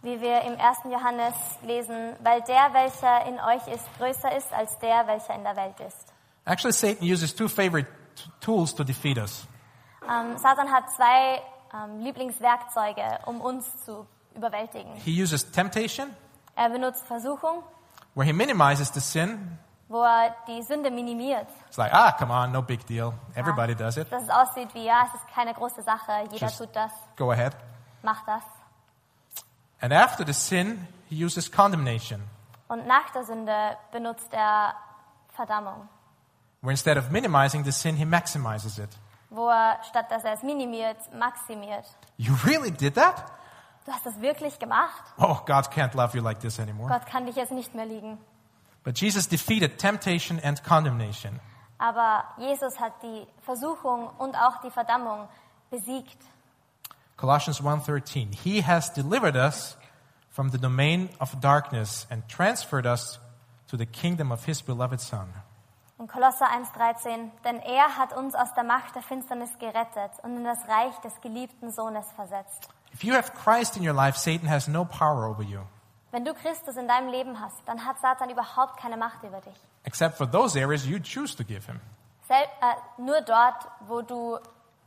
Wie wir im 1. Johannes lesen, weil der, welcher in euch ist, größer ist als der, welcher in der Welt ist. Actually, Satan uses two favorite t- tools to defeat us. Ähm, Satan hat zwei ähm, Lieblingswerkzeuge, um uns zu überwältigen. He uses temptation, Er benutzt Versuchung, where he minimizes the sin. wo er die Sünde minimiert. It's like, ah, come on, no big deal. Everybody does it. Dass es aussieht wie, ja, es ist keine große Sache, jeder Just- tut das, Go ahead. macht das. And after the sin, he uses condemnation, Und nach der Sünde benutzt er Verdammung, where instead of minimizing the sin, he maximizes it. wo er statt dass er es minimiert, maximiert. You really did that? Du hast das wirklich gemacht? Oh, God can't love you like this anymore. Gott kann dich jetzt nicht mehr liegen. But Jesus defeated temptation and condemnation. Aber Jesus hat die Versuchung und auch die Verdammung besiegt. Colossians 1:13 He has delivered us from the domain of darkness and transferred us to the kingdom of his beloved son. In Kolosser 1,13, denn er hat uns aus der Macht der Finsternis gerettet und in das Reich des geliebten Sohnes versetzt. If you have Christ in your life, Satan has no power over you, Wenn du Christus in deinem Leben hast, dann hat Satan überhaupt keine Macht über dich. except for those areas you choose to give him. Sel äh, nur dort, wo du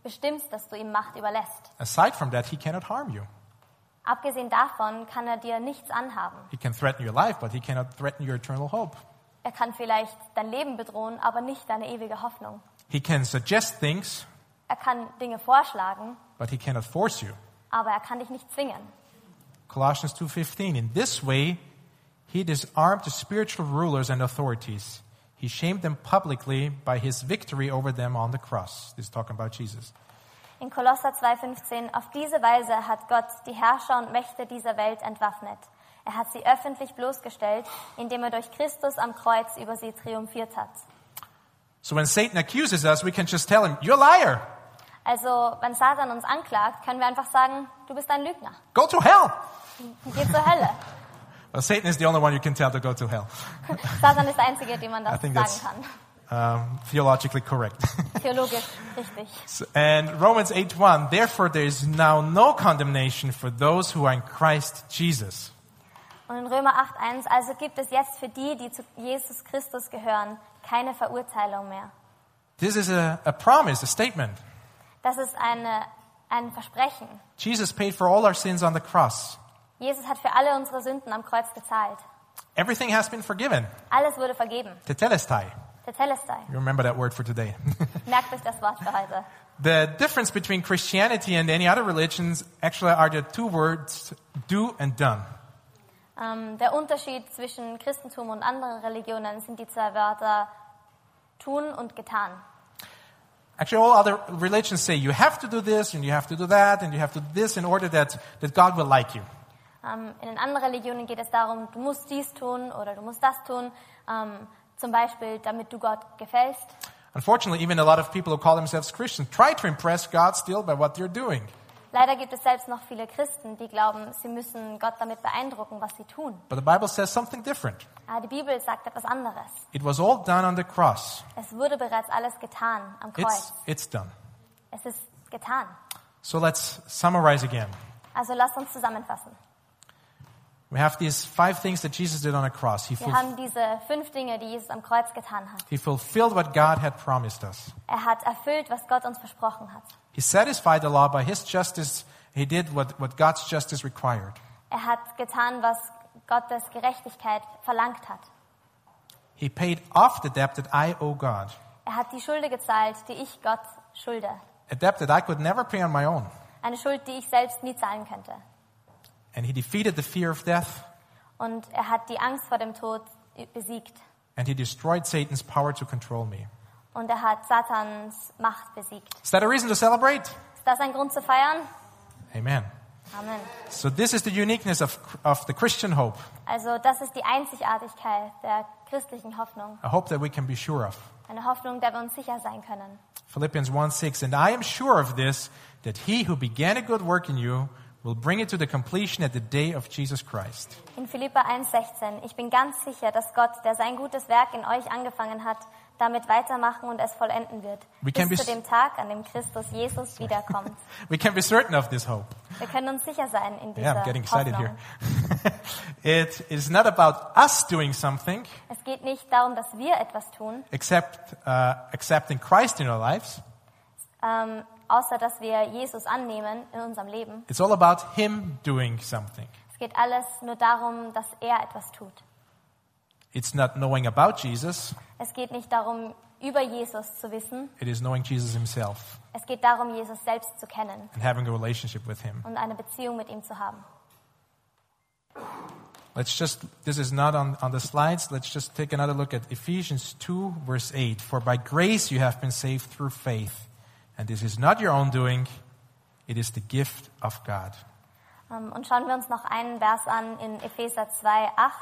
bestimmst, dass du ihm Macht überlässt. Aside from that, he cannot harm you. Abgesehen davon kann er dir nichts anhaben. He can threaten your life, but he cannot threaten your eternal hope. Er kann vielleicht dein Leben bedrohen, aber nicht deine ewige Hoffnung. He can suggest things, Er kann Dinge vorschlagen, but he cannot force you. aber er kann dich nicht zwingen. Colossians 2:15 In this way he disarmed the spiritual rulers and authorities. He shamed them publicly by his victory over them on the cross. This is talking about Jesus. In Kolosser 2,15, auf diese Weise hat Gott die Herrscher und Mächte dieser Welt entwaffnet. Er hat sie öffentlich bloßgestellt, indem er durch Christus am Kreuz über sie triumphiert hat. So when Satan accuses us, we can just tell him, "You're a liar. Also, wenn Satan uns anklagt, können wir einfach sagen, du bist ein Lügner. Go to hell." Geh zur Hölle. Well, Satan is the only one you can tell to go to hell. Satan ist der Einzige, dem man I das think sagen that's kann. um, theologically correct. Theologisch richtig. and Romans 8:1, therefore there is now no condemnation for those who are in Christ Jesus. Und in Römer 8,1, also gibt es jetzt für die, die zu Jesus Christus gehören, keine Verurteilung mehr. This is a, a promise, a statement. Das ist eine, ein Versprechen. Jesus paid for all our sins on the cross. Jesus hat für alle unsere Sünden am Kreuz gezahlt. Everything has been forgiven. Alles wurde vergeben. Tetelestai. Der Telestai. You remember that word for today. Merkt euch das Wort für heute. the difference between Christianity and any other religions actually are the two words do and done. Ähm, der Unterschied zwischen Christentum und anderen Religionen sind die zwei Wörter tun und getan. Actually, all other religions say you have to do this and you have to do that and you have to do this in order that, that God will like you. Ähm, in den anderen Religionen geht es darum, du musst dies tun oder du musst das tun, ähm, zum Beispiel damit du Gott gefällst. Unfortunately, even a lot of people who call themselves Christian try to impress God still by what they're doing. Leider gibt es selbst noch viele Christen, die glauben, sie müssen Gott damit beeindrucken, was sie tun. But the Bible says something different. Aber die Bibel sagt etwas anderes. It was all done on the cross. Es wurde bereits alles getan am It's, Kreuz. it's done. Es ist getan. So let's summarize again. Also lasst uns zusammenfassen. We have these five things that Jesus did on the cross. He, Wir fulf- haben diese fünf Dinge, die Jesus am Kreuz getan hat. he fulfilled what God had promised us. Er hat erfüllt, was Gott uns versprochen hat. He satisfied the law by his justice. He did what, what God's justice required. Er hat getan, was Gottes Gerechtigkeit verlangt hat. He paid off the debt that I owe God, Er hat die Schulde gezahlt, die ich Gott schulde. a debt that I could never pay on my own. Eine Schuld, die ich selbst nie zahlen könnte. And he defeated the fear of death, Und er hat die Angst vor dem Tod besiegt. and he destroyed Satan's power to control me. Und er hat Satans Macht besiegt. Is that a reason to celebrate? Ist das ein Grund zu feiern? Amen. Amen. So this is the uniqueness of, of the Christian hope, Also das ist die Einzigartigkeit der christlichen Hoffnung. a hope that we can be sure of. Eine Hoffnung, der wir uns sicher sein können. Philippians 1 6, and I am sure of this, that he who began a good work in you will bring it to the completion at the day of Jesus Christ. In Philippa 1,16. Ich bin ganz sicher, dass Gott, der sein gutes Werk in euch angefangen hat, damit weitermachen und es vollenden wird. We can bis be zu dem Tag, an dem Christus Jesus wiederkommt. We can be certain of this hope. Wir können uns sicher sein in Yeah, dieser I'm getting excited Hoffnung. here. it is not about us doing something, Es geht nicht darum, dass wir etwas tun, except uh, accepting Christ in our lives. ähm, außer dass wir Jesus annehmen in unserem Leben. It's all about Him doing something. Es geht alles nur darum, dass er etwas tut. It's not knowing about Jesus, Es geht nicht darum, über Jesus zu wissen. it is knowing Jesus Himself Es geht darum, Jesus selbst zu kennen and having a relationship with Him. und eine Beziehung mit ihm zu haben. Let's just, this is not on, on the slides. Let's just take another look at Ephesians 2, verse 8. For by grace you have been saved through faith, and this is not your own doing, it is the gift of God. Ähm, Und schauen wir uns noch einen Vers an in Epheser 2, 8.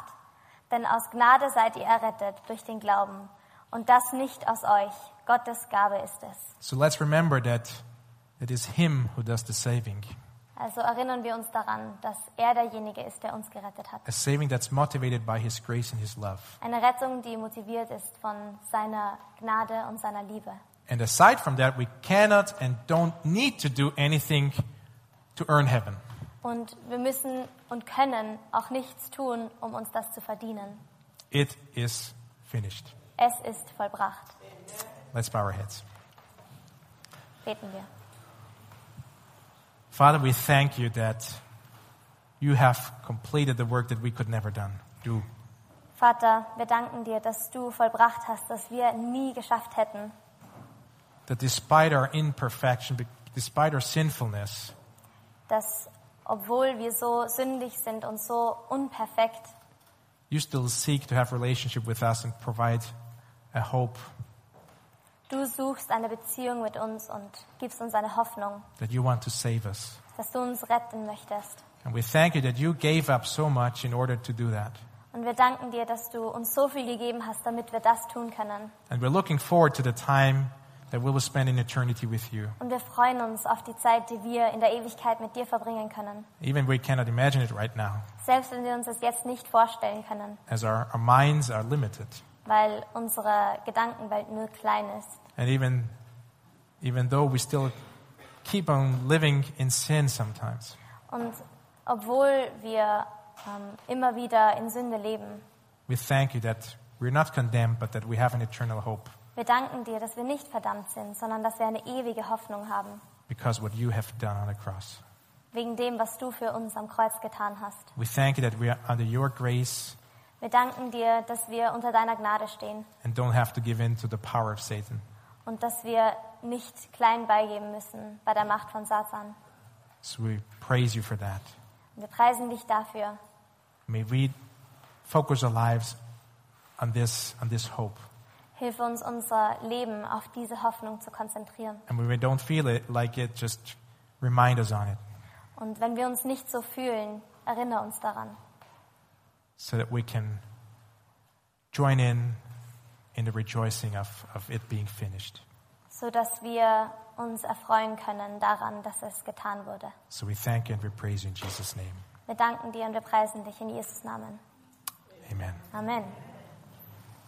Denn aus Gnade seid ihr errettet durch den Glauben. Und das nicht aus euch. Gottes Gabe ist es. So let's remember that it is Him who does the saving, Also erinnern wir uns daran, dass er derjenige ist, der uns gerettet hat. a saving that's motivated by His grace and His love. Eine Rettung, die motiviert ist von seiner Gnade und seiner Liebe. And aside from that, we cannot and don't need to do anything to earn heaven. Und wir müssen und können auch nichts tun, um uns das zu verdienen. It is finished. Es ist vollbracht. Let's bow our heads. Beten wir. Father, we thank you that you have completed the work that we could never done, do. Vater, wir danken dir, dass du vollbracht hast, dass wir nie geschafft hätten. That despite our imperfection, be- despite our sinfulness, dass obwohl wir so sündig sind und so unperfekt, you still seek to have relationship with us and provide a hope du suchst eine Beziehung mit uns und gibst uns eine Hoffnung, that you want to save us. dass du uns retten möchtest. And we thank you that you gave up so much in order to do that. Und wir danken dir, dass du uns so viel gegeben hast, damit wir das tun können. And we're looking forward to the time that we will spend in eternity with you. Und wir freuen uns auf die Zeit, die wir in der Ewigkeit mit dir verbringen können. Even we cannot imagine it right now, Selbst wenn wir uns das jetzt nicht vorstellen können, as our, our minds are limited. weil unsere Gedankenwelt nur klein ist. And even, even though we still keep on living in sin sometimes, Und obwohl wir ähm, immer wieder in Sünde leben, we thank you that we're not condemned, but that we have an eternal hope wir danken dir, dass wir nicht verdammt sind, sondern dass wir eine ewige Hoffnung haben, because what you have done on the cross. wegen dem, was du für uns am Kreuz getan hast. We thank you that we are under your grace Wir danken dir, dass wir unter deiner Gnade stehen and don't have to give in to the power of Satan. und dass wir nicht klein beigeben müssen bei der Macht von Satan. So we praise you for that. Wir preisen dich dafür. May we focus our lives on this, on this hope. Hilf uns, unser Leben auf diese Hoffnung zu konzentrieren. And when we don't feel it like it, just remind us on it Und wenn wir uns nicht so fühlen, erinnere uns daran, so that we can join in in the rejoicing of, of it being finished. so dass wir uns erfreuen können daran, dass es getan wurde. So we thank you and we praise you in Jesus' name. Wir danken dir und wir preisen dich in Jesus Namen. Amen. Amen.